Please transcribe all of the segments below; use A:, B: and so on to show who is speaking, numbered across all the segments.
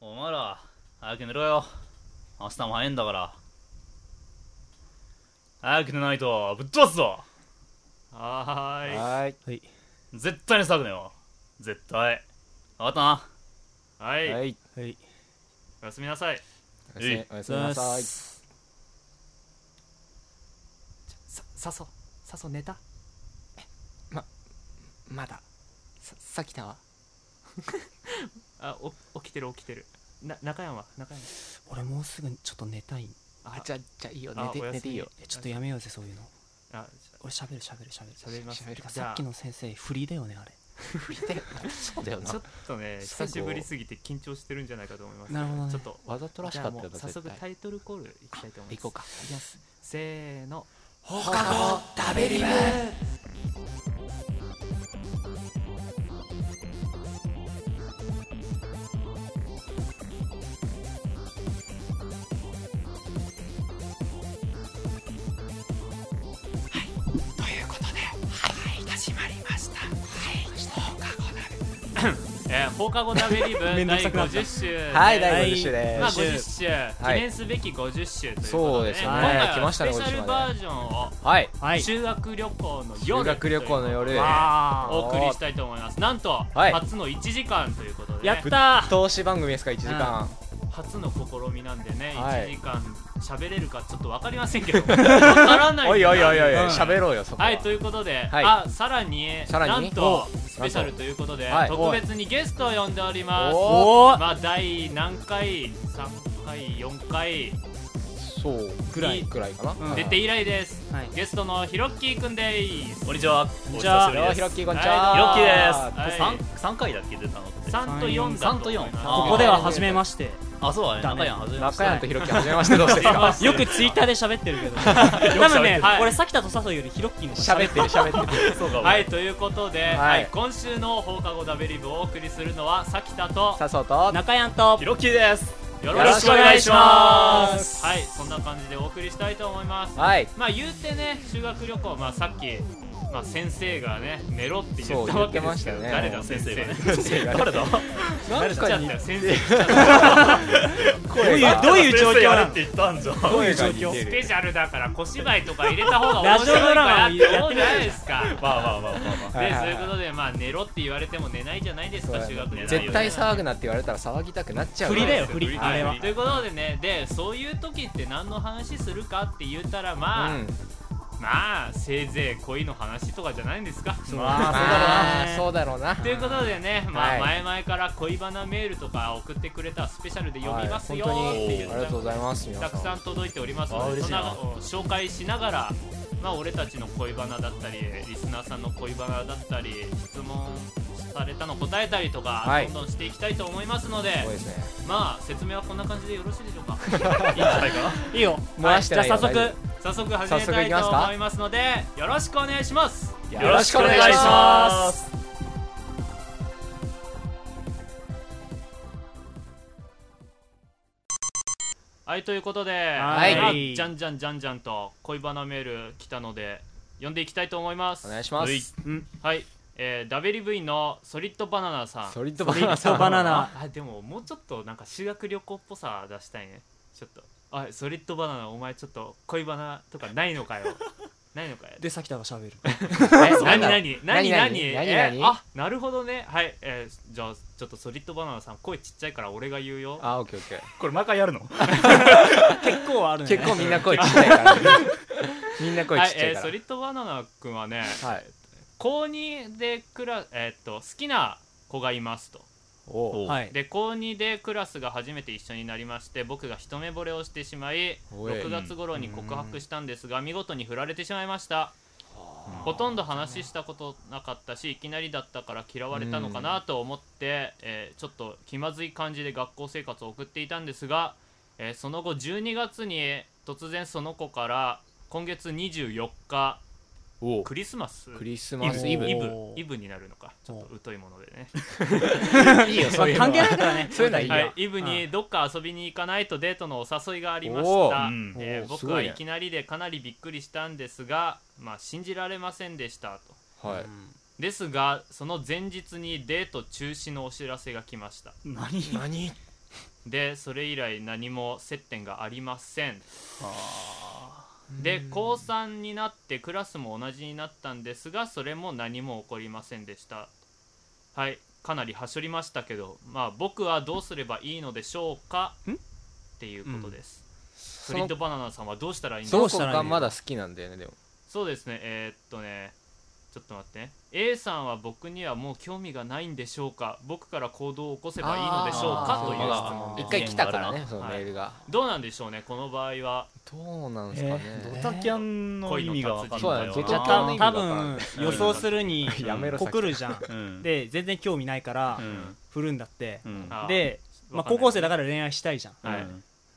A: お前ら早く寝ろよ明日も早いんだから早く寝ないとぶっ飛ばすぞはーい
B: はい。
C: はい。
A: 絶対にしたくねえよ絶対分かったな
D: はい、
B: はい。
C: はい。
D: おやすみなさい
B: おやすみおやすみなさい。
D: ささそさそ寝た
E: まだささっきたわ
D: あお起きてる起きてるな中山は中山
E: 俺もうすぐちょっと寝たい
D: あ
E: あじゃあじゃあいいよ
D: あ
E: 寝て
D: おやす
E: 寝
D: み
E: ていいよえちょっとやめようぜそういうの
D: あ
E: 俺喋る喋る喋る
D: 喋ります
E: 喋るか
D: じゃあ
E: さっきの先生振りだよねあれ振りだよそうだよ
D: ちょちょっとね
E: 最
D: 久
E: 後
D: しぶりすぎて緊張してるんじゃないかと思います
E: なるほどね
D: ちょっと
B: わざとらし
D: じ
B: か
D: ゃあ
B: った
D: も
B: よ
D: う
B: な
D: 早速
B: 絶
D: タ
B: 対
D: イトルコールいきたいと思い
E: 行
D: ます
E: こうか
D: せーの
E: 放課後食べリブということではい始まりましたはい放課後食べ
D: えー、放課後鍋 リブ
E: めんどく
D: 第
E: さくなった
D: 50週で
B: はい、第50週
D: まあ、
B: です。
D: 50周、
B: い
D: 記念すべき50周ということで、
B: そうですね
D: 今回
B: 来
D: は
B: ま
D: ス
B: したね
D: ペシャ
B: 50
D: ル
B: まで
D: バージョンを、
B: はい。
C: はい
D: 修学旅行の夜
B: 修学旅行の夜。
C: あ
D: お送りしたいと思いますなんと、
B: はい
D: 初の1時間ということで、ね、
C: やった
B: 投資番組ですか、1時間。
D: 初の試みなんでね、
B: はい
D: 1時間喋れるかちょっと分かりません けど分からない
B: おいおいおいおい、
D: うん
B: 喋ろうよ、そこは。
D: はいということで、
B: はい
D: あさらに
B: さらに
D: なんとスペシャルということで、
B: はい
D: 特別にゲストを呼んでおります
B: お
D: まあ第何回3回4回
B: そう。く
D: らい
B: くらいかな。
D: 出て以来です、
E: はい
D: ゲストのひろっきーくんです
A: こんにちはお
C: じゃあ
A: 久しぶり
B: あ、
A: です
B: ひ
A: ひ
B: ろっきーこ
A: ろっ
B: んにち
D: ひ
A: き
B: は。
D: ろっきーです
A: です
D: はい
A: 3, 三回だっけ出たのって
D: 3と4だと思います
A: 3と4
C: こ
A: あ
C: こでは初めまして。
A: あそうだね中山初めまし
B: 中
A: て
B: 山とひろっきー、はじめまして、どうですか
C: よくツイッターで喋ってるけど。 多分ね
D: はい、
C: 俺さっきだと佐藤よりヒロッキーの方が
B: 喋ってる、喋ってる。
A: そうかも
D: はいということで、はい
B: い
D: 今週の放課後ダベリブをお送りするのはさきたと
B: さそうと。
C: 中やんと
A: ひ。ろっきーです
D: よ
B: ろしくお願いします
D: はいそんな感じでお送りしたいと思います
B: はい。
D: まあ言うてね修学旅行まあさっきまあ先生がね寝ろって言った
B: そう
D: わけですけど、
B: 言って
D: 誰だ
B: ましたね
D: 先生がね
A: 先生が誰だ
D: 誰
B: 誰
D: 来
B: だ
D: ちゃったよ先生来ちゃった
C: どういう、どういう状況な
A: 先生やれっ
C: の
A: て言ったんじゃん
B: どういう状
D: ス
B: 況
D: ペシャルだから小芝居とか入れた方が面白いかなって思うじゃないですか
A: まあまあまあまあまあ
D: で、
B: はいはいはい
D: そういうことでまあ寝ろって言われても寝ないじゃないですか修学旅行
B: 絶対騒ぐなって言われたら騒ぎたくなっちゃう
C: 振りだよ、振
D: 振り
C: り。あれは。
D: ということでねでそういう時って何の話するかって言ったら
B: う
D: まあ、
B: ん
D: まあせいぜい恋の話とかじゃないんですか
B: ま
C: あ
B: あそうだろうな
D: ということでね、まあ、
B: は
D: 前々から恋バナメールとか送ってくれたらスペシャルで読みますよ
B: はい
D: ーって
B: 本
D: 言っ
B: 当に
D: た
B: ありがとうございます皆
D: たくさ
B: さ
D: ん届いておりますの
A: あ
D: で
A: 嬉
D: そ
A: しい
D: の
A: な
D: 中を紹介しながら、まあ、俺たちの恋バナだったりリスナーさんの恋バナだったり質問されたの答えたりとか、
B: はい
D: どんどんしていきたいと思いますので
B: んすごいですね
D: まあ説明はこんな感じでよろしいでしょうか
A: いいんじゃないかない
C: いよ。
B: 漏らしてないよ
C: はいじゃあ早速。
D: 早速始めたい
B: 早速いきます
D: と
B: か
D: 思いますのでよろしくお願いします
A: よろしくお願いします
D: はいということで、
C: はい
D: まあじゃんじゃんじゃんじゃんと恋バナメール来たので読んでいきたいと思います
B: お願いしま
A: はい
B: す
D: はい、えー、ダベリブイのソリッドバナナさん
B: ソリッドバナナさ
C: そう、バナナ。
D: ああでももうちょっとなんか修学旅行っぽさ出したいねちょっとあソリッドバナナお前ちょっと恋バナとかないのか よないのかよ
E: でさきたが喋る
D: え
B: そうな
D: 何
B: んだ
D: 何何何何
B: 何何
D: え
B: 何何
D: あなるほどねはい、えーじゃあちょっとソリッドバナナさん声ちっちゃいから俺が言うよ
B: あオッケーオッケー
A: これ毎回やるの
C: 結構あるね。
B: 結構みんな声ちっちゃい からねみんな声
D: はい
B: ちっ、ちゃい
D: え
B: か
D: ー、ソリッドバナナくんはね
B: らはい
D: 高2でクラえーっと好きな子がいますと
B: おう
C: はい。
D: で高2でクラスが初めて一緒になりまして僕が一目惚れをしてしまい
B: おい
D: 6月頃に告白したんですが見事に振られてしまいましたほとんど話したことなかったしいきなりだったから嫌われたのかなと思って、えーちょっと気まずい感じで学校生活を送っていたんですが、えーその後12月に突然その子から今月24日
B: おう
D: クリスマス
B: クリスマス
C: イ
B: イ
C: ブ
B: ブ
D: イ
B: い
D: ブ
C: おー
D: イブになるのかちょっと疎いものでね
B: いよ
C: ま
B: そ
C: あ
B: ういうの
C: 関係ない
B: は
C: から ね。
B: そういうのはいいよ
D: はい、イブにどっか遊びに行かないとデートのお誘いがありました、
A: おーうん
D: えー
B: おーす
D: 僕
B: ご
D: はい
B: ね
D: いきなりでかなりびっくりしたんですが、まあ、信じられませんでしたと
B: はいです
D: がその前日にデート中止のお知らせが来ました
A: 何
B: 何
D: でそれ以来何も接点がありません
A: あ
D: で高3になってクラスも同じになったんですがそれも何も起こりませんでしたはいかなりはしょりましたけどまあ僕はどうすればいいのでしょうかっていうことです、
B: そ
D: フリッ
B: の
D: ドバナナさんはどうしたらいいんです
B: そ
D: か
B: の子がまだ好きなんだよねでも
D: そうですねえーっとねちょっと待ってね A さんは僕にはもう興味がないんでしょうか僕から行動を起こせばいいのでしょうか
B: あー
D: という質問で
B: 一
D: す
B: 回来たからね
A: あ
B: そのメールが
D: どうなんでしょうねこの場合は
B: どうなんすか
A: ード
B: ね
A: タキャンの意味が分かんな
B: そうだ
A: いよ
B: ねド
C: じ
B: タ
C: ゃ
B: キ
A: な
B: ャンの意味
C: あ多
B: わからん
C: 分予想するに
B: やめろ
C: こくるじゃん
A: うん
C: で全然興味ないから
A: うん
C: 振るんだって
A: うん
D: あー
C: でまあ高校生だから恋愛したいじゃん
A: うん
D: はい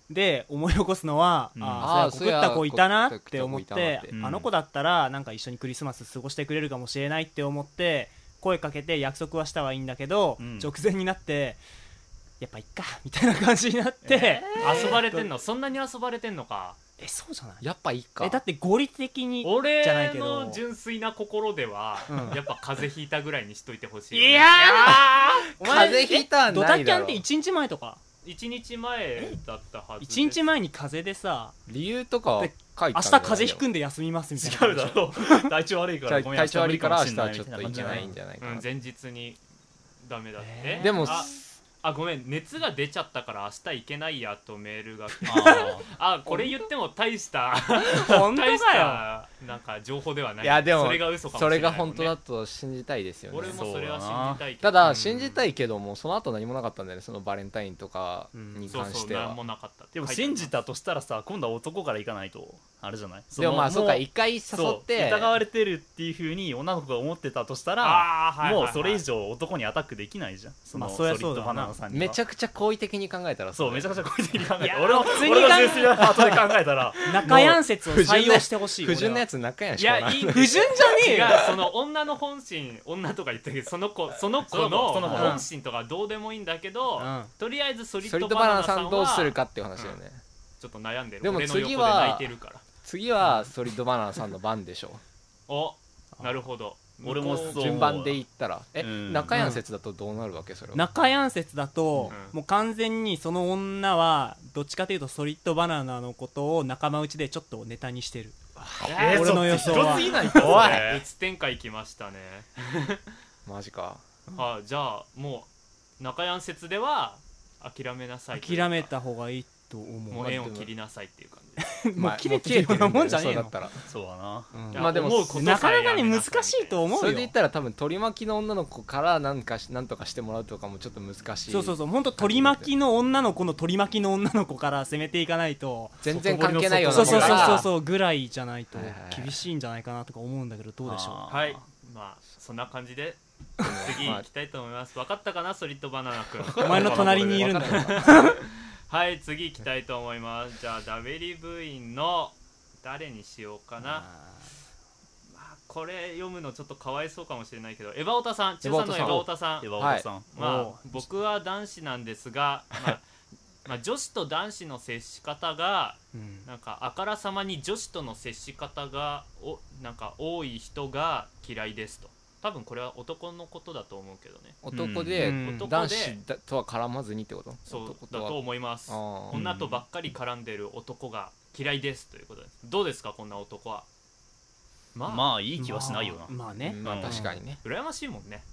C: で思い起こすのは
A: うん
C: あ
B: あー
C: あそういや告った子いたなって思っ
B: そういや
C: て
B: 告った
A: 子いたなって
C: あの子だったらなんか一緒にクリスマス過ごしてくれるかもしれないって思って声かけて約束はしたはいいんだけど
A: うん
C: 直前になってやっぱいっかみたいな感じになって
D: 遊ばれてんのそんなに遊ばれてんのか
C: えそうじゃない
B: やっぱいいか
C: えだって合理的に
D: 俺
C: じゃないけど
D: の純粋な心では、
C: うん
D: やっぱ風邪ひいたぐらいにしといてほしい
C: いやーお前
B: 風邪ひいたん
C: ド
B: な
C: タ
B: い
C: キ
B: だ
C: ャンっ
B: ろ
C: て1日前とか
D: 1日前だったはずです
C: 1日前に風邪でさ
B: 理由とかは書いたん
C: 明日風邪ひくんで休みますみたいな
A: 違うだろう体調悪いからごめん
B: 体調悪いから明日
A: 無
B: は
A: 理
B: ちょっ
A: もしんな
B: と
A: み
B: いけ
A: たい
B: ない
A: 感
B: んじゃないか
D: うん
B: な、
D: 前日にダメだって、
C: えー
B: でも
D: ああごめん熱が出ちゃったから明日行けないやとメールが来て
A: じない
D: あこれ言っても大した
C: 本当だ
D: 大
C: よ
D: したなんか情報ではない
B: いやでも
D: それが嘘かもし
B: そ
D: れないも
B: れが
D: んね、
B: 本当だと信じたいですよね
D: 俺もそれは信じたいけど
B: ただ信じたいけどもその後何もなかったんだよねそのバレンタインとかに
D: そう
B: 関
D: そ
B: し
D: う
B: ては
D: 何もなかったって
A: でも
D: 書いてあり
A: 信
D: ます
A: じたとしたらさ今度は男から行かないとあれじゃない
B: でもまあ
A: そ
B: そ
A: の
B: う
A: も
B: か一回誘
A: そう
B: って
A: 疑われてるっていうふうに女の子が思ってたとしたら
D: あー、はいはい
A: も
D: は
A: う
D: い
A: それ以上男にアタックできないじゃんその
C: まあ
A: ソ
C: そり
A: リ
C: ゃそ
A: ッ
C: うだな
A: ドバナナさんには
B: めちゃくちゃ好意的に考えたら
A: そうめちゃくち
B: ゃ
A: ゃこいつに考え
C: いや
A: た
C: ー
A: 俺の
C: 普通に考
A: 俺
C: え
A: の純粋なパートで考え たら
C: 中やん説を採用してほしい
B: 不純なや
C: つ
B: つ中やん
D: い
B: しかな
D: やい
B: い
D: い
C: 不純じゃねえ
D: 違
C: よ
D: うその女の本心女とか言ったけどその子その子
A: その
D: の
A: 子その
C: 子
D: 本心とかどうでもいいんだけど、
C: うん
D: とりあえずソリ
B: ソ
D: ッ
B: リッ
D: ド
B: ドバ
D: バナ
B: ナ
D: ナ
B: ナさ
D: さ
B: ん
D: ん
B: どうする
D: は
B: かっていう話だよね
D: ちょっと悩んでる
B: でも
D: 俺の横
B: 次
D: で
B: は
D: 泣いてるから
B: 次はソリッドバナナさんの番でしょ
D: おなるほど
A: 俺 もそう
B: 順番で言ったらえ
A: うん
B: 中やん説だとどうなるわけそれは
C: 中やん説だと、
D: うん
C: もう完全にその女はどっちかというとソリッドバナナのことを仲間内でちょっとネタにしてる
A: えー
C: 俺の予想は
A: そっちひどすぎないかおい
D: 打つ展開きましたね
B: マジか
D: あじゃあもう中山説では諦めなさいというか
C: 諦めた方がいいと思
D: も
C: う
D: う縁を切りなさいっていう感じ
C: もう切れて
B: 消え
C: るようなもんじゃ
B: そ
C: ねえ
B: うだっ
C: の
B: たら
A: そうだな
B: うん
D: いや
B: まあでも
D: 思うこと
C: なか
D: さえ
C: なか
D: や
C: ね
D: めな
C: 難し
D: さい
C: いと思
B: そうれ
C: よ
B: で言ったら多分取り巻きの女の子から何かし何とかしてもらうとかもちょっと難しい
C: そうそうそう本当取り巻きの女の子の取り巻きの女の子から攻めていかないと
B: 全然関係ないよう
C: そ
B: な
C: う
B: 子
C: そう
B: か
C: そう
B: ら
C: そうそうぐらいじゃないと
B: はいはいはい
C: 厳しいんじゃないかなとか思うんだけどどうでしょ
A: あー
D: はいまあそんな感じ で次行きたいと思います分かったかなソリッドバナナ君
C: うお前の隣にいるんだ
B: わかんない
D: はい次行きたいと思いますじゃあダベリ部員の誰にしようかなまあこれ読むのちょっとかわいそうかもしれないけどエバオタさん中3のエバオタさん
A: エヴァオタさん
D: ま
C: お
D: あ僕は男子なんですが、まあ、まあ女子と男子の接し方が
C: うん
D: なんかあからさまに女子との接し方がおなんか多い人が嫌いですと多分これは男のことだと思うけどね
B: 男で
C: うん
D: 男で
B: 男子だとは絡まずにってこと
D: そう
B: 男
D: だ
B: は
D: と思います
B: あー
D: 女とばっかり絡んでる男が嫌いですということですどうですかこんな男はまあ、
A: まあいい気はしないよ
C: ま
A: な
C: あまあね
B: まあ
A: うん
B: 確かにね
D: 羨ましいもんね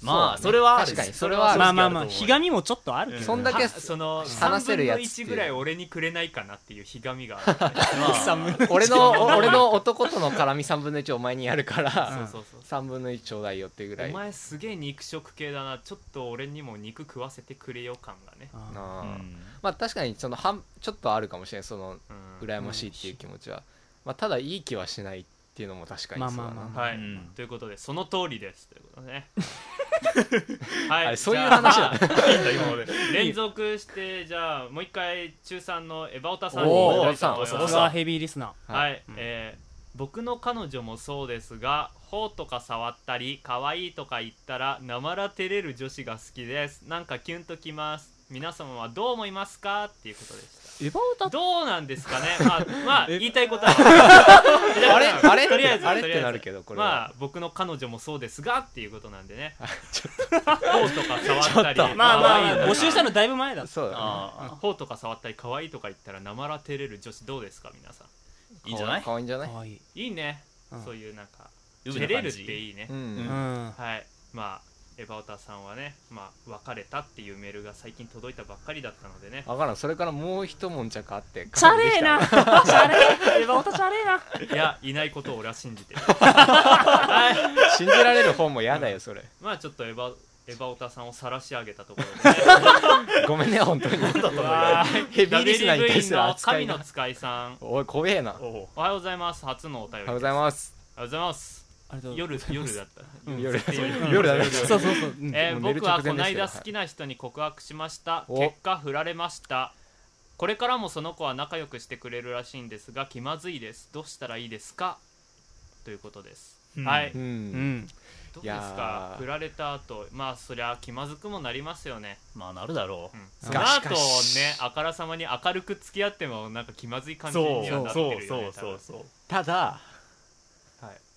A: まあ
B: そうだね
A: それはある
B: 確かにそれは
A: それ
C: ま
A: は
C: あまあまあ
A: 正直ると思う
C: ひがみもちょっとあるけど
B: そんだけ
D: はその
B: 話せるやつってい
D: 3
B: う
D: 分の1ぐらい俺にくれないかなっていうひがみがある よね
A: まあ
B: 俺のお俺の男との絡み3分の1お前にやるから
D: そうそうそう
B: 3分の1ちょうだいよってぐ
D: お
B: らいな
D: 前すげえ肉食系だなちょっと俺にも肉食わせてくれよ感がね
C: あ
A: う
B: あ
A: ん
B: まあ確かにその半ちょっとあるかもしれないその
D: うん
B: 羨ましいっていう気持ちはまあただいい気はしないっていうのも確かにそう
C: まあ
B: だ
C: まあまあ
B: な
C: ま
D: はい、
A: うん
D: ということでその通りですということ ねは
B: あれ
D: い
B: そういう話だ
D: じゃ
A: いいんだ今ま で
D: あ連続してじゃあもう一回中3のエバオタさんに
B: おー
D: 行きたいと思い
C: さ
D: ますす
C: がヘビーリスナー
D: はい、
B: い
D: えー僕の彼女もそうですが頬とか触ったり可愛いとか言ったらなまら照れる女子が好きですなんかキュンときます皆様はどう思いますかっていうことでし
B: エヴァ
D: た
B: 歌
D: どうなんですかねま あ、まあ、言いたいことは
B: あれあれ
D: とりあえず
B: あれっ
D: とりあえ
B: て
D: ず
B: なるけどこれ
D: ま
B: は、
D: あ僕の彼女もそうですがっていうことなんでね
B: ちょ
D: 頬とか触ったり
B: ちょっと
C: まあまあ、
D: 可愛い
C: まあ、募集したのだいぶ前だ
B: そうだ、ね、
A: ああ
D: 頬とか触ったり可愛いとか言ったらなまら照れる女子どうですか皆さ
A: いいんじゃない
B: 可愛いんじゃない
C: 可愛い
D: んいいね、
C: うん
D: そういうなんか
A: ウブ
D: 照
A: な
D: れ
A: 感
D: るっ
A: じ
D: ていいね、
B: う
C: うん
B: ん、
D: はいまあエバオタさんはね、まあ、別れたっていうメールが最近届いたばっかりだったので ね
B: 分からんそれからもう一悶着あって
C: チャレーなチャレーエヴァオタチャレーない
D: やいないことを俺は信じてる
B: 信じられる方も嫌だよそれ
D: まあちょっとエバエバオタさんを晒し上げたところでね
B: ごめんね本当に
D: うわー
B: ヘビーリスナーに対す
D: WV
B: る
D: の
B: 扱
D: 神
B: い
D: の
B: が
D: 使いさん
B: おい怖えなおはよ
A: おう
D: おはようございます初のお便り
B: う
D: です
B: ございます
D: おはようございます
C: ありがとう
D: 夜夜だった
B: 夜
D: 絶対
B: 夜だね
C: そうそうそう、うん
D: えー
B: もう寝る
D: 僕は
B: 直前
D: この
B: でしたよ
D: 間好きな人に告白しました
B: お
D: 結果振られましたこれからもその子は仲良くしてくれるらしいんですが気まずいですどうしたらいいですかということです、
A: うん
D: はい、
B: う
C: うんん
D: どうで
B: い
D: す
B: やー
D: か振られた後まあそりゃ気まずくもなりますよね、
A: まあなるだろ
D: う、
A: うん
C: し
D: その
C: か
D: 後ね
B: し
D: あからさまに明るく付き合ってもなんか気まずい感じ
A: そう
D: にはなって
A: そう
D: るよ
A: そ
D: ね
A: うそうそう
B: ただ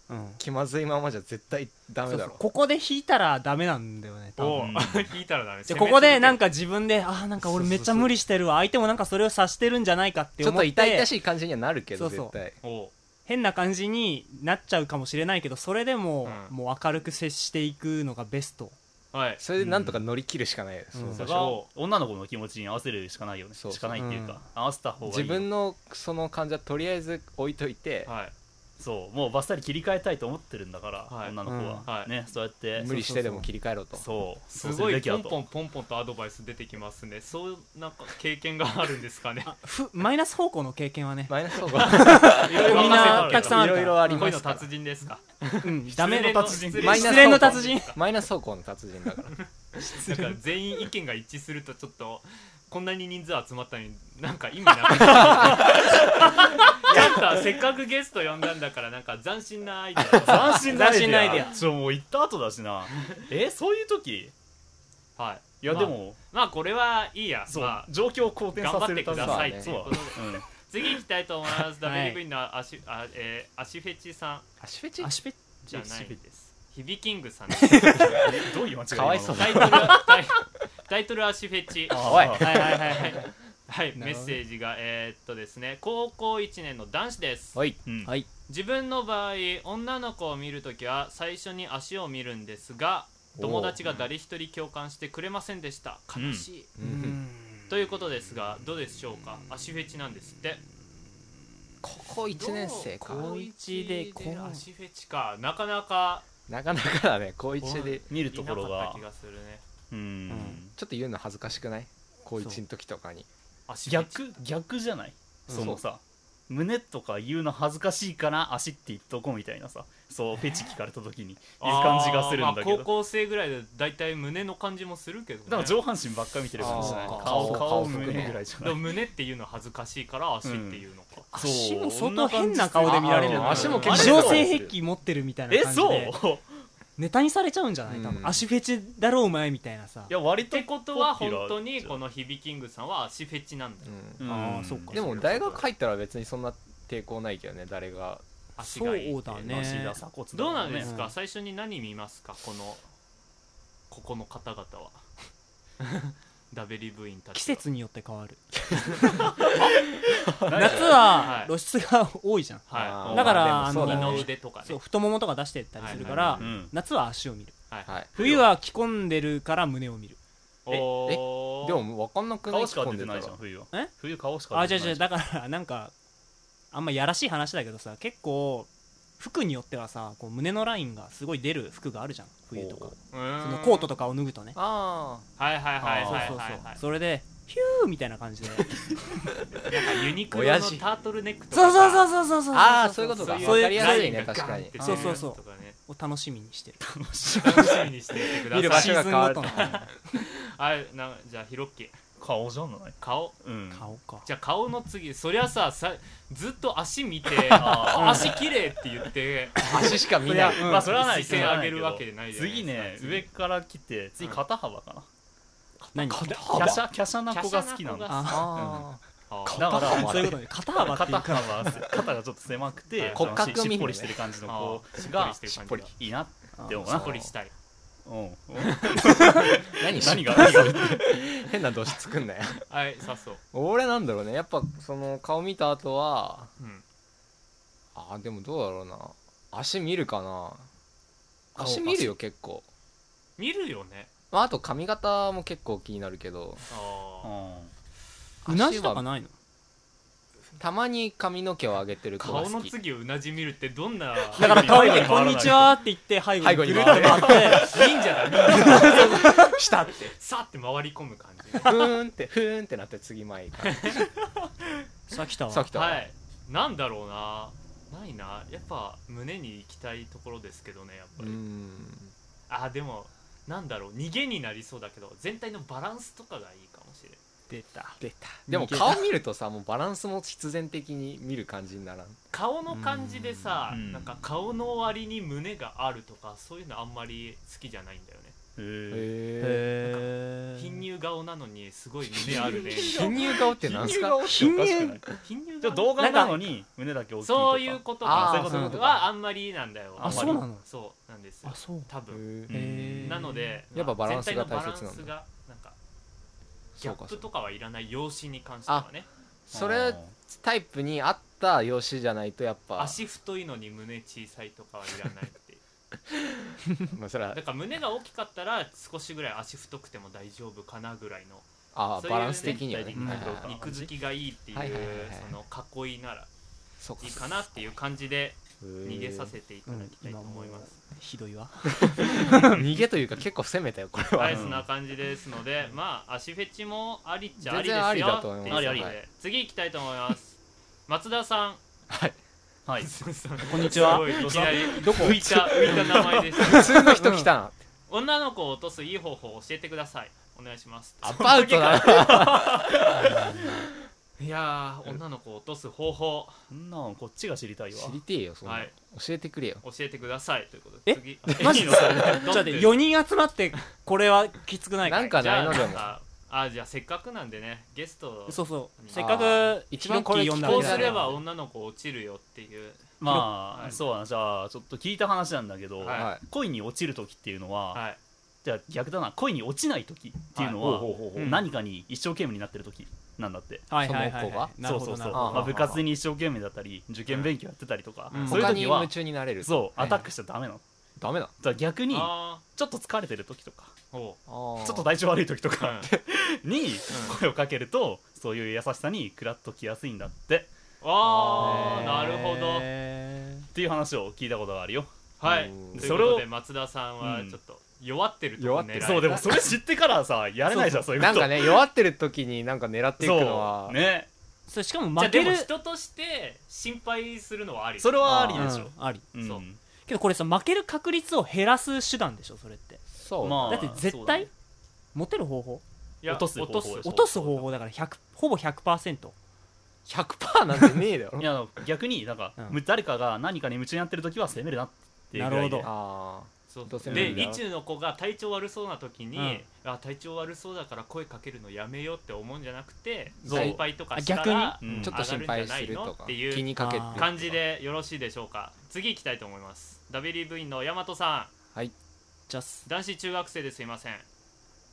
C: うん
B: 気まずいままじゃ絶対ダメ
C: そう
B: だ
C: そう
B: ろ
C: ここで引いたらダメなんだよね多分
A: おう
D: 多分 聞いたらダメ
C: じゃあここでなん
D: か
C: か自分であーなんか俺めっちゃ無理してるわ相手もなんかそれを察してるんじゃないかって
B: ちょ
C: 思っ
B: ってと痛々しい感じにはなるけど
C: そうそう
B: 絶対
D: おう
C: 変な感じになっちゃうかもしれないけどそれでも、
D: うん
C: もう明るく接していくのがベスト
D: はい
B: それでなんとか乗り切るしかないよ
C: うん
B: その
A: そ
B: 場
A: れ
B: 所
A: は
B: を
A: 女の子の気持ちに合わせるしかないよね
B: そうそう
A: しかないっていうか、
C: うん
A: 合わせた方がいいよ
B: 自分のその感じはとりあえず置いといて
D: はい
A: そうもうバッサリ切り替えたいと思ってるんだから、
D: はい
A: 女の子は、
D: うんはい
A: ねそうやって
B: 無理してでも切り替えろと
A: そう
D: す
A: そう
D: ごい
A: べき
D: ポ
A: だ
D: ン
A: と
D: ポンポンポンとアドバイス出てきますねそうなんか経験があるんですかね
C: あふマイナス方向の経験はね
B: マイナス方が
D: いろいろ
C: みんなたくさんあ
B: いろ
C: るから
B: いろあり
D: 恋
B: ま
D: の
B: すから
D: 達人ですか
C: うん、ダメ
D: 失恋の
C: の達
D: 失
C: 人
D: 恋
B: マイナス
C: 失恋の達人
B: マイナス方向の達人だから
D: なんか全員意見が一致するとちょっとこんなに人数集まったのになんか意味なくなるちょっとせっかくゲスト呼んだんだからなんか斬新なアイデア
A: 斬新なアイ
C: 斬新
A: デ
C: な
A: ア
C: アイデア
A: ちょもう行った後だしなえそういう時
D: はい
A: いや、
D: まあ
A: でも
D: まあこれはいいや
A: そう、
D: まあ
A: 状況を好転させるため
D: 頑張って
B: ください
A: そう
D: ということ
A: だうん
D: 次行きたいと思います、
C: はい
D: WV の足あ、えー、足フェチさん
B: 足フェチ
C: 足ペッ
D: じゃない
A: 足フェ
D: ですヒビキングさんです
A: どういう間違い
B: かわいそう
A: だ
D: タイトルタイタイトル足フェチ
B: おい
C: はいはいはいはい
D: はい、
C: な
D: メ
C: る
D: ッ
C: ほど
D: セージがえーっとですね高校1年の男子です
B: おい
A: うん
C: はい
D: 自分の場合女の子を見るときは最初に足を見るんですが友達が誰一人共感してくれませんでした悲しい、ということですがどうでしょうか足フェチなんですって
B: ここ1年生か
D: どう
C: 高一で
D: 高一
C: こう
D: 足フェチかなかなか
B: なかなかだね高1で
A: 見る
D: い
A: と
D: な
A: こ
D: か
A: ろ
D: った
A: が
D: 気がするね
A: うん、
C: ん
B: ちょっと言うの恥ずかしくない高1の時とかに
D: 足フェチ
A: 逆逆じゃない
B: うん
A: そのさ、胸とか言うの恥ずかしいから足って言っとこうみたいなさそうフェチ聞かれた時にいう感じがするん
D: あ
A: だけ
D: ーまあ
A: ど、
D: 高校生ぐらいでだいたい胸の感じもするけどね
A: なんか上半身ばっか見てる感じじゃない
B: あー
A: 顔
B: そうか
A: 顔
B: そうか
A: 胸ぐらいじゃ
D: で
A: な
D: も
A: い
D: 胸っていうのは恥ずかしいから足っていうのか、
A: そう
C: 足も相当変な顔で見られるよね
B: あ足も
C: 異
B: 結構
C: 常性癖持ってるみたい
A: え
C: な感じ
A: そう
C: でネタにされちゃうんじゃない多
B: う
C: 分
B: ん
C: 足フェチだろうお前みたいなさ
A: いや割
D: っ
A: と
D: てことは
A: ポピ
D: 本
A: ュラー
D: 当にこのヒビキングさんは足フェチなんだよ
B: う
A: うん
C: あーそっか
B: んで
D: そう
B: も
D: いうこと
B: 大学入ったら別にそんな抵抗ないけどね誰が
D: 足がいいってい
C: そうだね
A: 足が鎖骨だ
D: どうなん
A: ね
D: ですか、
C: うん
D: 最初に何見ますかこのここの方々 はダベリ部員たちは
C: 季節によって変わる
A: ない
C: 夏
D: はい
C: は露出が多いじゃん
B: あ
D: は
B: ー
D: い
C: だから
B: まあで
D: 二
B: もそうだ
C: あ
D: の
B: ね
D: 腕とかね
C: そう太ももとか出してったりするから、
D: はいはい
A: うん
C: 夏は足を見る
D: はい
B: はい
C: 冬は着込んでるから胸を見る
D: おー
B: でも分かんなくない
A: 顔しか出
B: ん
A: て
B: で
A: ないじゃん
B: た
A: 冬は
C: え
A: 冬顔しか
C: あ
A: 出
C: じゃ
A: て
C: あ
A: ない
C: じゃあだからなんかあんまやらしい話だけどさ結構服によってはさこう胸のラインがすごい出る服があるじゃん冬とか
D: うーん
C: そのコートとかを脱ぐとね
B: あ
D: はいはいはい
A: あ
D: は
A: ー
D: い
C: そう
D: はい
C: そう
D: はい
C: そうそれでヒューみたいな感じで
D: なんかユニクロの
B: 親
D: タ
B: 父
D: ートルネックとか
C: そうそうそう
D: う
C: そうそうそう
B: ああーそういうことか
D: そう
B: 分
D: いう
C: そう
B: か
C: い
B: り
C: う
B: やすいね確かに
C: そうそうそうを楽しみにしてる
D: 楽しみにしていてください
B: 見る場
C: シ
B: 所
C: ー
B: が
C: ズ
B: 変
C: ン
B: わ
C: ご
B: る
C: と
B: と
C: の
D: はいなじゃあヒロッキ
A: 顔じゃない
D: 顔
A: うん
C: 顔か
D: じゃあ顔の次そりゃささずっと足見 て
A: あ
D: 足綺麗って言って
B: 足しか見
A: い
B: な
A: や
B: い、
A: まあそれはない
D: 視線上げるわけじゃないじゃないですか
A: 次ね上から来て次肩幅かな、
C: 何
A: キャ
C: キャ
A: シャキャシャな子が好きなの
D: キャシャな子が
A: だ
C: あ
B: あ
D: あ
A: だから
C: ーそういうことね肩幅っていう
A: 肩
C: か
A: 幅肩がちょっと狭くて
B: 骨格
A: しし
B: 見
A: っ
B: る
A: ぽ
B: ね
A: りしてる感じの子
D: あ
A: が
D: ー
A: し
D: し
A: っ
D: っ
A: ぽ
D: ぽ
A: り
D: り
A: いいなって思う
D: ほ
A: な
D: っこりしたい
A: うんうん
B: ー何
A: 何
B: が
A: が何が
B: 変な動詞作んなよ
D: はいさそう
B: 俺なんだろうねやっぱその顔見た後は
D: うん
B: あーでもどうだろうな足見るかな
C: 顔
B: 足見るよ結構、
D: 見るよね
B: まあ、あと髪型も結構気になるけど
D: あ
A: うん
C: うなじ
B: 足
C: と
B: は
C: かないの
B: たまに髪の毛を上げてる
D: ー
B: 子が
D: 顔
B: 好
D: の
B: き
D: 次をうなじ見るってどんな
C: だから顔見て「
A: 背後
C: こん
A: に回らない
C: にちは」って言って背
B: 背
C: 後
B: 後
C: に
B: に
C: ぐるっと
B: 回る
C: 回って
D: 忍者だ忍者
B: したって
D: さって回り込む感じ
B: ふーんってふーんってなって次前行く
C: さあ 来たわ
B: さっきと
D: はいなんだろうなないなやっぱ胸に行きたいところですけどねやっ
B: う
D: ぱ
B: ー
D: り、
B: ん
D: あでもなんだろう逃げになりそうだけど全体のバランスとかがいいかもしれん
C: 出た
B: 出たでも
C: 逃げ
B: 顔見るとさもうバランスも必然的に見る感じにならん
D: 顔の感じでさ
A: うん
D: なんか顔の割に胸があるとかそういうのあんまり好きじゃないんだよね
A: へえ
B: へえ
C: へえ
D: 貧乳顔なのにすごい胸あるね
B: 貧乳顔ってなんすか
A: 貧乳
C: 貧
D: 貧乳
A: じゃあ
D: 顔
A: 動画なのに胸だけ大きいとか
D: そういうこと
B: あ
D: かそうい
B: ー
D: うこと
B: そういうことか
D: はあんまりなんだよ
A: あ
D: んまり
A: そうな
C: の
D: そうなんですよ
C: あそう
D: 多
B: へ
D: 分
B: ー
A: うん
C: へー
D: なので
B: やっぱバランスが大切なんだ
D: 全体のバランスがなんかギ
B: そ
D: ャ
B: うか
D: ッ
B: そ
D: プ
B: うか
D: とかはいらない容姿に関してはね
B: それタイプに合った容姿じゃないとやっぱ
D: 足太いのに胸小さいとかはいらないっていう
B: まあそ れは
D: だから胸が大きかったら少しぐらい足太くても大丈夫かなぐらいの
B: あ
D: そういうね
B: ーバランス的にはね
D: 肉
B: はい
A: 体的
B: はい
A: な
B: はい
D: 肉付きがいいっていう
B: はいはいはいはい
D: その囲いなら
B: そうか
D: いいかなっていう感じで逃げさせていただきたいと思います
C: ひどいわ
B: 逃げというか結構攻めたよこれ
D: は、
B: はい
D: そんな感じですので、まあ、足フェチもありっちゃありです
B: 全然
D: よ。
B: ありだと思います
A: ありあり
B: はい
D: 次行きたいと思い ます。松田さん。
A: はい
D: こ
C: こんにちは
D: いきなり
B: どこ
D: 浮いた、浮いた名前です。
B: 普通の人来たな
D: 女の子を落とすいい方法を教えてください。お願いします。
B: アパウトだない
D: やー、女の子を落とす方法、
A: そんなんこっちが知りたいわ
B: 知りてえよそんな
D: は
B: の
D: い
B: 教えてくれよ
D: 教えてくださいということ
C: え
D: で。次。
C: マジ
D: ち
C: で
D: ょ
C: ちょっと待って4人集まってこれはきつくないか
B: なんかないのでも
D: あ、あじゃあせっかくなんでね、ゲスト。
C: そうそ
D: うん
C: うせっかく
B: 一番これ
C: ヒロッキー
D: こ
C: 呼
D: うん
C: だ
D: す
C: か
D: れば
C: ら
D: 女の子落ちるよっていう。
A: まあ、
D: はい
A: そうだなじゃあちょっと聞いた話なんだけど、
D: はい
A: 恋に落ちる時っていうのは、
D: はい。
A: じゃあ逆だな恋に落ちない時っていうの
D: う
A: は、
D: ほう
A: 何かに一生懸命になってる時なんだって、
C: はいはいはい
B: その子が
C: はいな
A: そ
C: る
A: う
C: ほ
A: そ
C: ど
A: う
C: な
A: そう、
C: る
B: あ
C: ほ
B: ー
A: まあ、部活に一生懸命だったり受験勉強やってたりとか、
D: うん
A: そういう
B: 他に
A: 時は
B: 夢中になれる
A: そう
B: はい
A: アタックしちゃダメなの、
B: ダメだ
A: だから逆に
D: あ
A: ちょっと疲れてる時とか
D: あ、おう。
B: ちょ
A: ちょっと体調悪い時と
D: う
A: か
D: ん
A: に声をかけるとそういう優しさにクラッときやすいんだって
D: あー
C: へー
D: なるほど
A: っていう話を聞いたことがあるよ
D: はい
B: うん
D: それを
A: それを
D: 松田さん
A: う
D: は
A: ん
D: ちょっと弱ってるとこ
B: 弱って
D: 狙
B: る
D: い
A: そうでもそれ知ってからさやれないじゃんそういうこ
B: な
A: と
B: んかね弱ってる時になんか狙っていくの
A: そ
B: は
A: うね
C: それしかも
D: じゃあ
C: 負け
D: でも
C: る
D: 人として心配するのはあり
A: それはありでし
C: う
A: ょ
C: んあり
A: うん
D: そう
C: けどこれさ負ける確率を減らす手段でしょそれって
B: そう
A: まあ
C: だって絶
A: そうだね
C: 対モテる方法
D: いや
A: 落とす方法でしょ
C: 落とす方法だから100ほぼ100%
B: 100%なんてねえだろ
A: いや逆になんか、
C: うん
A: む誰かが何かに夢中になってる時は責めるなっていうぐらいで
C: なるほ
B: あ
D: そう
B: どうせ無
D: で
B: 理だ
D: 意中の子が体調悪そうな時に、
C: うん
D: あ体調悪そうだから声かけるのやめようって思うんじゃなくて
A: そう
D: 心配とかしたら
C: あ
A: 逆にうん
B: あちょっと心配
D: 上
B: する
D: がるんじゃないの
B: と
D: っ
B: か
D: ていう
B: 気にかけてるとか
D: 感じでよろしいでしょうか次行きたいと思います WV の大和さん
C: じゃあす
D: 男子中学生ですいません、
A: いい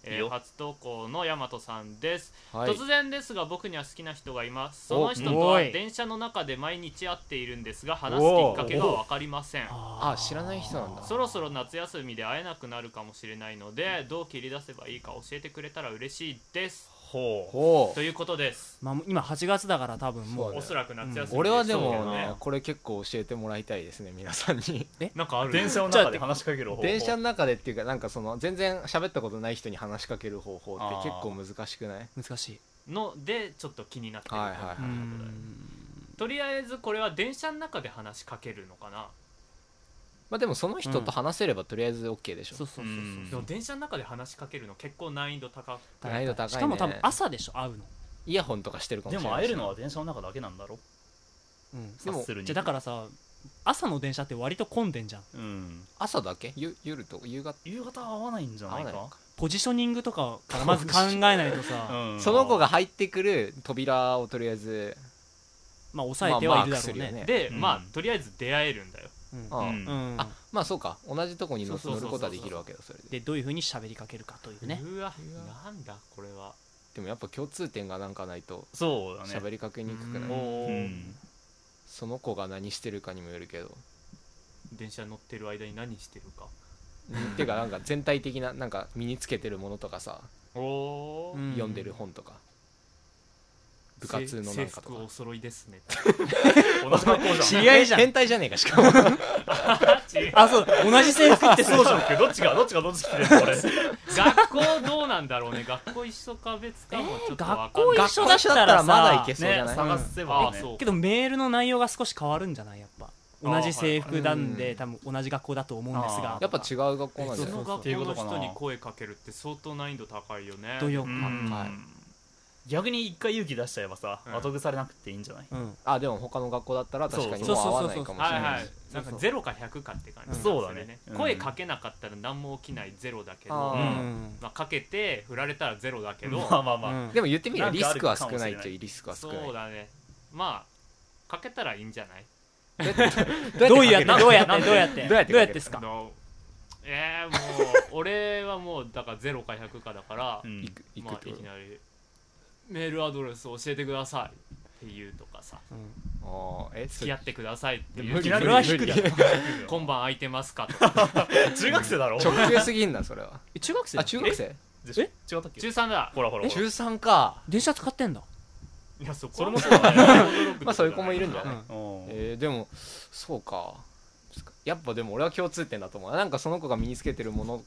D: えー
A: よ
D: 初投稿の大和さんです
B: はい
D: 突然ですが僕には好きな人がいますその人と
C: お
D: は
C: おい
D: 電車の中で毎日会っているんですが話すきっかけが分かりません
B: あ知らない人なんだ
D: そろそろ夏休みで会えなくなるかもしれないのでどう切り出せばいいか教えてくれたら嬉しいです
A: ほ
B: ほ
D: ということです
C: まあ今8月だから多分も
B: そう
C: う
B: だ
D: お
B: ね
D: そらく夏休み
B: う俺はで
D: しょうけ
B: も
D: どね
B: なこれ結構教えてもらいたいですね皆さんに
D: なんかあ
A: う
D: る
A: 電車の中で話しかける方法
B: 電車の中でっていうかなんかその全然喋ったことない人に話しかける方法って結構難しくない
C: 難しい
D: のでちょっと気になってる
B: はいはいはい
C: うん
D: とりあえずこれは電車の中で話しかけるのかな
B: まあでもその人と話せればとりあえず OK でしょ
C: そうそうそうそう
A: うん
D: でも電車の中で話しかけるの結構難易度高くて
B: 難易度高いね
C: しかも多分朝でしょ会うの
B: イヤホンとかしてるかも
A: で
B: しれ
A: も
B: ない
A: 会え
B: し
A: るのは電車の中だけなんだろ
C: うん
B: でも
A: 察するに
C: じゃあだからさ朝の電車って割と混んでんじゃん
A: うん
B: 朝だけゆ夜と夕方
A: 夕方は会わないんじゃな
B: 会わ
A: い
B: ない
A: か
B: のか
C: ポジショニングとか からまず考えないとさ、
A: うん
B: その子が入ってくる扉をとりあえず
C: まあ抑えては
B: まあ
C: いるだろう
B: マークするよ
C: ね
B: ね
D: で、
A: うん
D: まあとりあえず出会えるんだよ
C: うん
B: ああ
A: うん
C: うん
B: あまあそうか同じとこに乗
D: そうそう
B: 乗
D: そうそう
B: ることはできるわけだそれで
C: でどういうふうに喋りかけるかというね
D: うわなんだこれは
B: でもやっぱ共通点がなんかないと
A: そうだね
B: 喋りかけにくくな
C: う
B: い
A: うんん
B: その子が何してるかにもよるけど
D: 電車乗ってる間に何してるか
B: っていうかなんか全体的ななんか身につけてるものとかさ
D: おお、
C: うん
B: 読んでる本とか部活のな
D: 制
B: んかと
D: 服
B: か
D: お揃いですね
A: 同じ格好じ
C: 知
A: ゃん
C: り合いじゃん
B: 変態じゃねえかしかも
C: あそうだ同じ制服ってそうじゃん
A: どっちがどっちがどっち着てるの これ
D: 学校どうなんだろうね学校一緒か別かもちょっとわかんない、
C: えー学校
B: 学校だったらまだいけそうじゃ
A: ね
B: ない、
A: 探せ
D: あ
A: ば
D: あ
A: ね
D: そう
C: けどメールの内容が少し変わるんじゃないやっぱ
D: あー
C: 同じ制服なんで、
B: はい
C: 多分同じ学校だと思うんですが
A: あー
B: やっぱ違う学校なんじ
D: そ
B: ゃない
D: の
A: ってい
D: 学
A: う
D: 校
A: こと
D: の
A: かな
D: 人に声かけるって相当難易度高いよね
C: どうようか
A: うん
B: はい
A: 逆に一回勇気出しちゃえばさ
D: うん
A: 後腐れなくていいんじゃない
C: うん
B: あでも他の学校だったら確かにも
A: そう
B: う
C: そう
B: 合わ
C: そう
B: ない
C: そう
B: かもしれ
D: は
B: ないい
D: はい
C: そ
D: な
C: うんそう
D: かゼロか100かって感じ、
C: うん
A: そうだね
D: れ
A: うん
D: 声かけなかったら何も起きないゼロだけど
B: あ
C: う
B: ー
C: ん
D: まあ、かけて振られたらゼロだけど、
A: まあまあまあ
C: うん
B: でも言ってみれば
A: なん
B: リ
A: かあ
B: スク
A: るか
B: は
A: もしれ
B: 少
A: ない
B: ないっちゃリスクは少ない
D: そうだねまあかけたらいいんじゃない
C: どうやって
B: かける
C: どうやってどうやって
B: どうやってかける
C: ですか
D: のえー、もう俺はもうだからゼロか100かだから、
A: うん
B: 行く行く
D: ま
B: って
D: あい
B: こ
D: きなりメールアドレス教えてくださいって言うとかさ
B: とあーえそ
D: 付き合ってくださいっていう
B: 無
A: い
B: 理
A: きなり
C: それは引くだろ
D: 今晩空いてますかとか
A: 中学生だろ
B: 直球すぎんなそれは
C: え中学生
B: あ中学生
A: でしょ違ったっ
D: 中
A: け
D: 3だ
A: ほらほらほら
B: 中3か
C: 電車使ってんだ
D: いやそこ
A: それもそう
D: だね
B: まあそういう子もいるんじゃ
C: う
B: ない
C: ん
A: うん
B: えーでもそうかやっぱでも俺は共通点だと思うなんかその子が身につけてるもの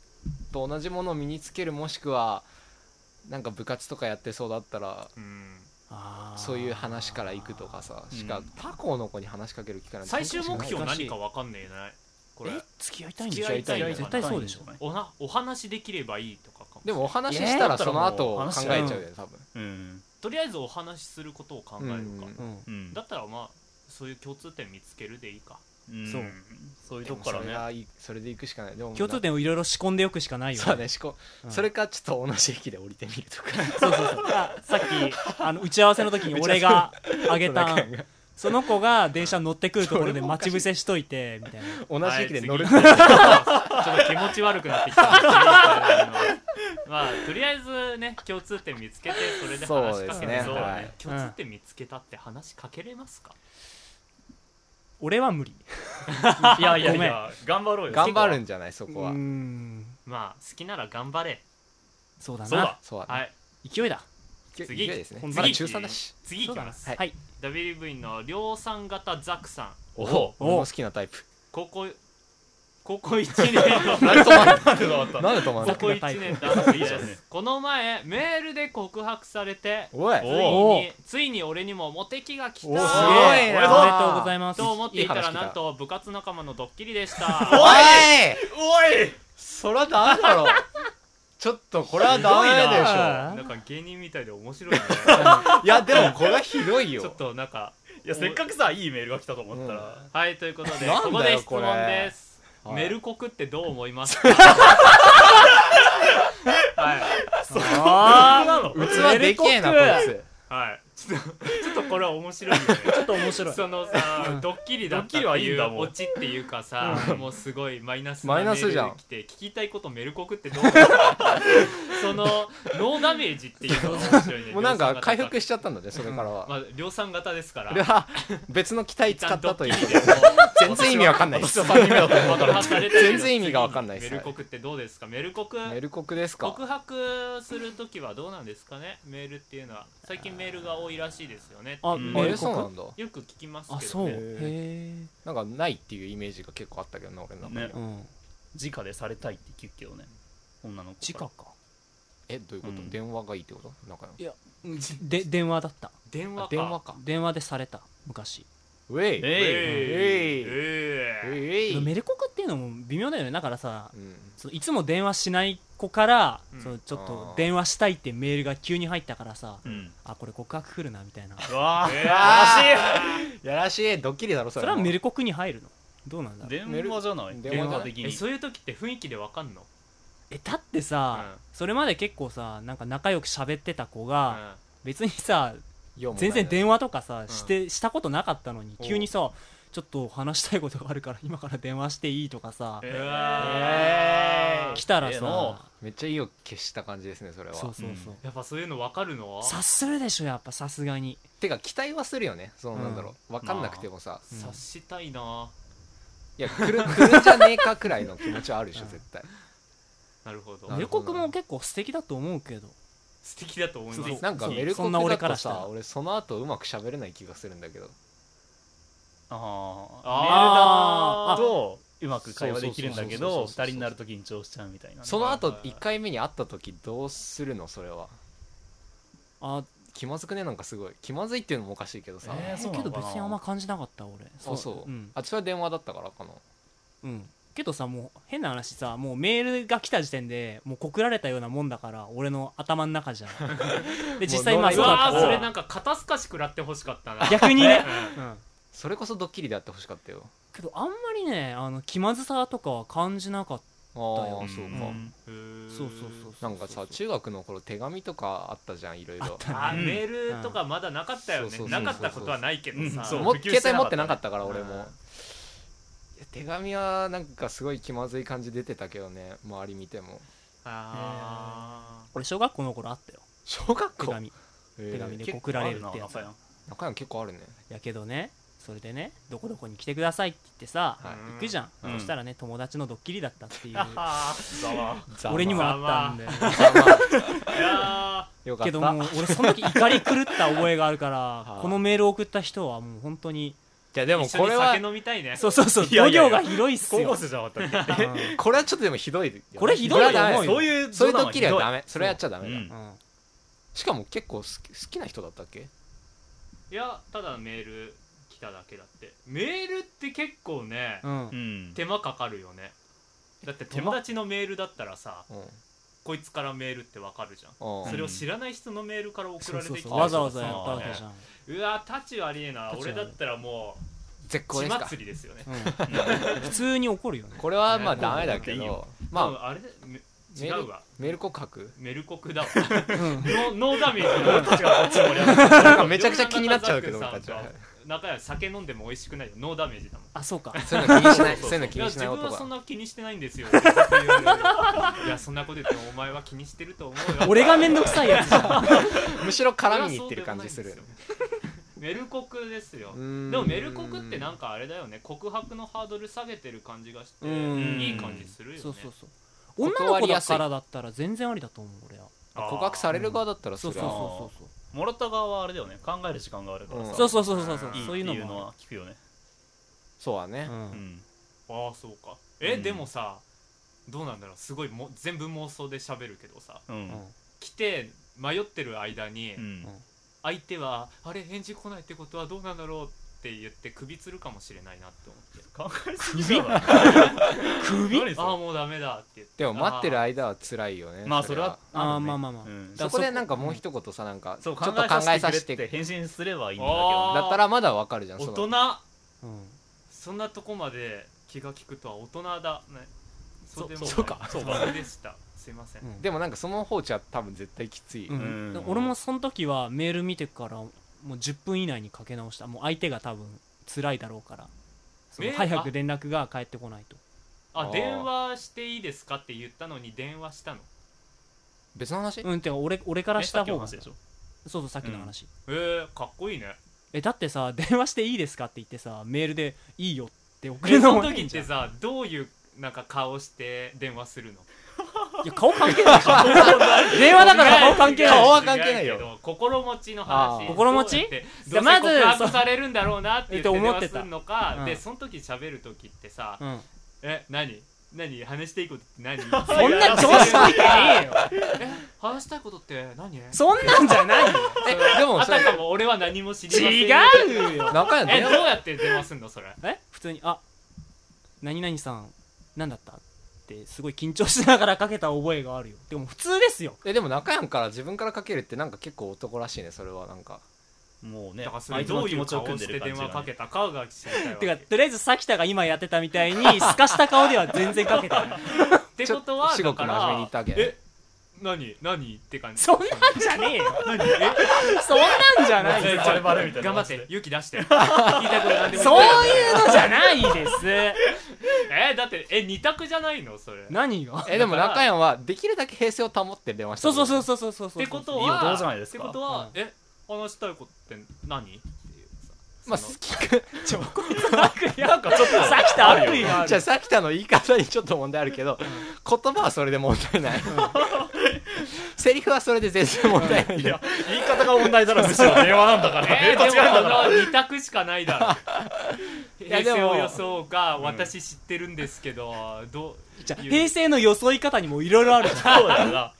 B: と同じものを身につけるもしくはなんか部活とかやってそうだったら
D: うん
C: あー
B: そういう話から行くとかさし
A: う
B: か
A: ん
B: 他校の子に話しかける機会なんて
D: 最終目
B: ない
D: 標何か分かんねえないこれ
C: え付き合いたいんでしょ
D: 付き合いたいのかな
C: 絶対そうでしょ
D: おなお話できればいいとかかも
B: でもお話し
C: えー
B: したらその後
A: だったら
B: 考え
A: もう話しちゃう
B: ちゃうよね多分
A: うん
D: とりあえずお話しすることを考えるか、
B: うん
C: うん
A: うん
D: だったらまあそういう共通点見つけるでいいか
A: うん
C: そう
A: そういう
B: で
A: と
B: も
A: こ
B: そ
A: か
B: れ
A: らね
B: がいいそれで行くしかないでも
C: 共通点をいろいろ仕込んでよくしかないよ
B: そうだねしこ
C: うん
B: それかちょっと同じ駅で降りてみるとか
C: そうそうそうあさっきあの打ち合わせの時 に俺があげた
B: なんか
C: その子が電車乗ってくるところで待ち伏せしといてみたいな
B: 同じ駅で乗る
D: はい次ちょっと気持ち悪くなってきたまあとりあえずね共通点見つけてそれで話しかけてそ
A: そうですね
D: うだね
B: はい
D: 共通点見つけたって話しかけれますか、
C: 俺は無理
A: いやいや
C: ご
A: い
C: めん
A: や頑張ろうよ
B: 頑張る
A: ん
B: んじゃないそこ
C: う
B: は
C: ん
D: まあ好きなら頑張れ
C: そうだ
A: そう
C: な
A: だ
B: そうだね
D: はい
C: 勢いだ
B: 勢
D: 次
B: いですね
D: 次
B: まだ中3だし
D: 次いきます、
C: はい
D: WV の量産型ザクさん
A: おお
C: お
B: 俺の好きなタイプ
D: 高 校高校1年の
A: なんでだった
B: なんで止まん
D: こ
B: の
D: こ1年男性
A: いい
D: で
A: じゃん
D: すこの前メールで告白されて
B: おい
D: つい
A: お
D: についに俺にもモテ期が来
B: お
C: す
B: す
D: た
B: ご
C: げ
B: い
C: えおめで
B: な
C: とうございます
D: と思っていた
B: いい
D: ら
B: 話聞いた
D: なんと部活仲間のドッキリでした
B: おい
A: おい
B: そらダメだろちょっとこれはダメでし
C: あ
D: なん
C: ー
D: か芸人みたいで面白いね
B: ょいやでもこれはひどい
D: ちょ
B: よ
D: っとなんか
A: いやせっかくさいいメールが来たと思ったら
D: はいということで
B: な
D: こ
B: んだよ
D: こで質問
B: これ
D: です
B: はい
D: メルコクってどう思いますかはい
C: あ
B: 器でけえなこいつ
D: はいちょっとちょっとこれは面白 いよね
C: ちょっと面白い
D: そのさドッキリだったっ
A: ド
D: て
A: ッキリはいい
D: い
A: ん
D: う
A: だもん
D: オチっていうかさもうすごいマイナスな
B: マイナスじゃん
D: メールで来て聞きたいことメルコクってどう思う かそのノーダメージっていうのが面白いね
B: もうなんか回復
D: し
B: しちゃったんだねそれからは
D: まあ量産型ですから
B: これは別の機体使ったという
D: 一旦ドッキリでも
B: 全然意味わかんないです全然意味がわかんないで
D: メ
B: す
D: ルコクってどうですかメルコク
B: メルコクですか
D: 告白するときはどうなんですかねメールっていうのは最近メールが多いらしいですよね
C: あ
D: っていう
B: あ
C: メル
B: え
C: コク
B: そうなんだ
D: よく聞きます
C: あ
D: け
C: そ
D: ど
C: う
D: ね
C: へえ
B: なんかないっていうイメージが結構あったけどな俺の中で
A: ね
C: うん
A: 直でされたいって聞くけどね女の子
C: 直
A: から
C: か
B: えどういうこ
A: う
B: と
A: ん
B: 電話がいいってことなんか
C: で電話だった
D: 電話
B: あ
D: か
B: 電話か
C: 電話でされた昔
B: ウェイ
A: え
B: ウ
D: えい
B: えい
D: えい
B: ェイ
C: メルコクっていうのも微妙だよねだからさ
B: うん
C: そのいつも電話しない子から、
D: うん
C: そのちょっ
B: あ
C: と
B: ー
C: 電話したいってメールが急に入ったからさ、
A: うん
C: あこれ告白来るなみたいな
A: うわ
D: え
A: ー
D: ー
B: やらしいドッキリだろそ
C: そ
B: れ
C: れは
B: も
C: メルコクに入るのどうなんだろう
A: 電話じゃない
B: 電話
A: 電
B: じゃ
A: 話
B: ない
A: 的
D: え
A: に
D: そういう時って雰囲気でわかんの
C: えだってさ、
D: うん
C: それまで結構さなんか仲良く喋ってた子が、別にさ
B: 用もない
C: 全然電話とかさ、
D: ん
C: してしたことなかったのに
B: おう
C: 急にさちょっと話したいことがあるから今から電話していいとかさ
D: え
A: え
C: 来たら
A: ええの
C: さ
B: めっちゃ意を消した感じですねそれは
C: そうそうそう、
D: やっぱそういうの分かるの
C: 察するでしょやっぱさすがに
B: てか期待はするよねそのなんだろう、分かんなくてもさ、
C: うん
D: 察したいな、
B: いや来る来るんじゃねえかくらいの気持ちはあるでしょ
C: うん
B: 絶対
D: なるほど
B: なる
C: 予
B: ほど
C: 告も結構素敵だと思うけど
D: 素敵だと思います
C: そう
B: なんか
C: そう
B: メルコ
C: そ
B: ク
C: んな俺
B: だ
C: から
B: と
C: したら
B: さ俺その後うまく喋れない気がするんだけど
A: あ
D: あー
A: あメールだとうまく会話できるんだけ
B: そ
A: ど
B: うそうそうそ
A: 二
B: うそう
A: 人になるときに調子ちゃうみたいな
B: その
D: は
B: 後
D: いはい
B: 1回目に会った時どうするのそれは
C: あ
B: 気まずくねなんかすごい気まずいっていうのもおかしいけどさ、
A: えーそうな
C: け
A: の
C: ど
A: かな
C: 別にあんま感じなかった俺
B: あそう、
C: ん
B: あそれは電話だったからかな
C: うんけどさもう変な話さもうメールが来た時点でもう告られたようなもんだから俺の頭の中じゃんで実際
B: もう
C: まあ
B: ノ
C: そ
D: わ
C: うだ
D: あ
C: っ
A: わ
C: た
A: ー
D: そ
C: か
D: れ
C: ら
D: なんか肩透かし食らってほしかったな
C: 逆にね、うん、
B: それこそドッキリであってほしかったよ
C: けどあんまりねあの気まずさとかは感じなかっ
B: あ
C: よ
B: あ
A: ん
B: そうか、
A: ん
C: た
D: う
C: そうそうそうそう
B: なんかさ中学の頃手紙とかあったじゃんいろい
C: あっ
B: ろ
C: たね
D: あ
A: うん
D: メールとかまだなかったよ
B: う
D: ね
B: んそうそうそう
D: な
B: そう
D: かったことはないけど
A: う
D: さ
A: んそう
B: も
A: 普及
B: 携
A: して
B: 帯
A: なか
B: 持
A: ったね
B: ってなかったから俺も、
D: うん
B: いや手紙はなんかすごい気まずい感じ出てたけどね周り見ても
D: あ
C: 俺小学校の頃あったよ
B: 小学
C: 手
B: 校
C: 紙
B: えー
C: 手紙で
B: 結
C: 告られるっ
A: あ
C: てや
A: な
C: つ
A: 仲良い
B: 中山結構あるね
C: やけどねそれでねどこどこに来てくださいって言ってさ
B: はい
C: 行くじゃん、
A: うん
C: そしたらね友達のドッキリだったっていう
D: ーあ
A: ざわ
C: 俺にもあったんで
D: ーいや
B: よかっ
C: け
B: た
C: どもう俺その時怒り狂った覚えがあるか
B: は
C: ら
B: あ
C: このメールを送った人はもう本当に
B: いやで
D: ー
B: も
D: 一緒
B: こ
D: に
B: れは
D: 酒飲みたいね
C: そうそうそう
A: いや
C: 度
A: い
C: 量
A: やいや
C: が広いっす
A: 高校
C: よ
A: 生じゃなかったっけ
B: これはちょっとでもひどいよね
C: これひどいよ
B: これはダメ
C: 重
A: そういう
B: そういう
A: 冗
B: ド
A: 談
B: ッキリはダメ
A: ひどい
B: それやっちゃダメだ、
A: うん
C: うんうん
B: しかも結構好き好きな人だったっけ
D: いやただメール来ただけだってメールって結構ね
C: うん
A: うん
D: 手間かかるよねだって友達のメールだったらさ
B: うん
D: こいつからメールってわかるじゃん
B: うん
D: それを知らない人のメールから送
C: そ
D: ら
C: う
D: れ
C: そ
D: て
C: う
D: きた
C: そ
D: り
C: う
D: とか
C: わざわざやったわけじゃん、
D: うわータチはありえな
C: タチはありえ
D: 俺
C: な
D: だったらも
B: 絶
D: う
B: 好
D: 血
B: ですか
D: 祭りですよね
C: うん普通に怒るよね
B: これはまあ
D: ね
B: ダメだけ
A: こういうの
B: ど
D: 多
B: まあ
D: 分あれめ
B: メ
D: 違
B: ール
D: うわ
B: メール告白
D: メルコクだわ
C: うん
D: ノーノーダメージ俺たちがこっち盛り上
B: なん
D: が
B: か
D: る
B: めちゃくちゃ気になっちゃうけど
D: 俺
B: 俺たちは
D: 仲良し酒飲んでも美味しくないよノーダメージだもん
C: あそうか
B: そういうの気にしな い
D: そ
B: そうう
D: そ
B: いうう
D: そう
B: の気にしない
D: や自分は
B: 男
D: そん
B: が
D: な気にしてないんですよいやそんなこと言ってもお前は気にしてると思うよ
C: 俺がめんどくさいやつじゃん
B: むしろ絡みに行ってる感じするよね
D: メルコクですよ
B: うーん
D: でもメルコクってなんかあれだよね告白のハードル下げてる感じがして
C: うん
D: いい感じするよね
C: そうそうそう
B: 断
C: 女の子
B: り
C: だ
B: やすい
C: からだったら全然ありだと思う俺は
B: あ告白される側だったらそ
C: そ
B: うれ
C: そう
B: は
C: そうそう
A: もらった側はあれだよね考える時間があるからさ
B: うん
C: そうそうそうそうそう
D: いい
C: そう
A: い
C: いう
A: い
C: の
A: っていうの
C: も
A: は聞くよね
B: そうだ
C: あ
B: ね
C: るうん
A: うん
D: ああそうかえ、
A: うん
D: でもさどうなんだろうすごいも全部妄想で喋るけどさ
A: うん
C: うん
D: 来て迷ってる間に、
A: うん
D: 相手はあれ返事来ないってことはどうなんだろうって言って首つるかもしれないなって思って
A: 考えすぎじゃない 首何それ
D: ああもうダメだって言って
B: でも待ってる
D: あ
B: 間は辛いよね
A: まあそれはる
C: あー
A: ね
C: まあまあまあ
A: うん
B: そこでなんかもう一言さなんかちょ
A: そう
B: っ
A: 考
B: と
A: え
B: 考えさ
A: させ
B: せ
A: てくれって
B: て
A: 返信すればいいんだ
D: あ
A: け
D: ー
B: だったらまだわかるじゃん
D: ー
B: そ
D: 大
B: の
D: 人
C: うん
D: そんなとこまで気が利くとは大人だね
A: そう
D: でも
A: そうか
D: そうかでしたすいません、
C: うん
B: でもなんかその放置は多分絶対きつい、
C: うん
A: うん
C: 俺もその時はメール見てからもう10分以内にかけ直したもう相手が多分辛いだろうからその
D: メール
C: 早く連絡が返ってこないと
D: あ
B: あー
D: 電話していいですかって言ったのに電話したの
B: 別の話、
C: うんてか俺俺か
A: ど
C: ら
A: ね
C: し
A: さ
C: た
A: っきの
C: 方が
A: 話
C: そう
A: でしょ
C: そうさっきの話、
D: えー、かっこいいね
C: えだってさ 電話していいですかって言ってさメールでいいよって送
D: え
C: るの
D: そ
C: も
D: の時
C: 変
D: っ
C: じゃ
D: て
C: ん
D: さどういうなんか顔して電話するの
C: いや顔関係ないでし ょ電話だから顔関係ない
B: 顔は関係ないよ
D: 違うけど心持ちの
B: あ
D: 話
B: ー
C: 心持ち
D: どうやって
C: じ
D: どうせ
C: ゃあまず
D: 告白されるんだろうなって言って
C: そう
D: 電
C: 思っ
D: 話
C: て
D: す
C: た
D: るのか、
C: うん
D: でその時喋る時ってさ「
C: うん
D: え何何話していいことって 何? 」
C: そんな調子乗ってねえよ
D: え話したいことって何
C: そんなんじゃないよ
B: えでも
D: あ
B: それ
D: たかも俺は何も知りません
C: 違うよ
B: 中山
D: えどう
B: 電話
D: やって電話すんのそれ
C: え普通に「あ何々さん何だった?」ってすごい緊張しながらかけた覚えがあるよでも普通ですよ
B: えでも中山から自分からかけるってなんか結構男らしいねそれはなんか
A: もうね
D: だからそれ
A: 相手
D: ど
A: の
D: うい
A: 気
D: う
A: 持ちを
D: 顔
A: 組ん
D: し
A: で
D: て
A: る感
D: 電
A: じ
D: 話
A: が
D: か
A: ね
D: けたかが知りたいわ
C: て
D: け
C: かとりあえずさきたが今やってたみたいにすかした顔では全然かけた
D: てことは
B: 至
D: だ
B: 極
D: か
B: 真
D: ら
B: 面目に言ったわけ
D: え何何って感じ
C: そんなんじゃねえよそんなんじゃない
A: え
C: よ
A: バレバレみたいな
D: 頑張って勇気出して言いたいことなんでも言って
C: そういうのじゃないです
D: えだってえ二択じゃないのそれっ
C: 何が
B: えでも中山はできるだけ平成を保って出ました
C: そうそうそううそうそうそうそう
D: てこと
A: いい
D: は
A: 男じゃないですか
D: ってことは
C: うん
D: え話したいことって何っていうさ
B: まあ
D: そ
B: 好
D: の
B: きか
C: ちょこいつ悪意なんか
A: ちょっと
C: さっきと悪意があ
B: じゃあ
C: る
B: さきたの言い方にちょっと問題あるけど言葉はそれで問題ないセリフはそれで全然問題ない
A: いや言い方が問題だろむ しろ電話なんだから
D: え
A: え
D: ー、
A: ー、
D: で
A: 間違
D: も
A: えたんだ
D: この二択しかないだろ平
B: やでも
D: 成を装うか私知ってるんですけど、どう
C: じゃあ平成の装い方にもいろいろあるじゃん
A: そうだよな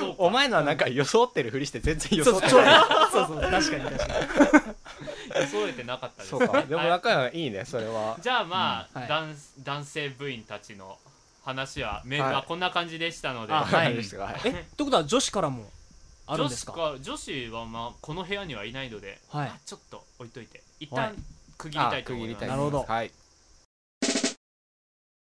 D: そう
B: お前のはなんか装ってるふりして全然
C: そう
B: 装っ
C: そう
B: て
C: そう
B: ない
C: そう確かに確かに
D: 装えてなかったです
B: そうかでも
D: はい
B: 中山いいねそれは
D: じゃあまあ、
C: うんはい
D: 男男性部員たちの話はメール
B: はい
D: はこんな感じでしたので、
C: あはい
B: でしたはい
C: えってことは女子からもあるん
D: 女
C: で
D: 子
C: すか
D: か女子はまあこの部屋にはいないので、
C: はい
D: まあちょっと置いといて一
C: は
D: 旦
C: い
D: 区切り
B: あ
D: たいと
B: 区
D: 思
B: 切
D: い
B: り
D: ます、
B: たいと
C: なる
B: 思
C: ほ
B: い
C: ど
B: ますはい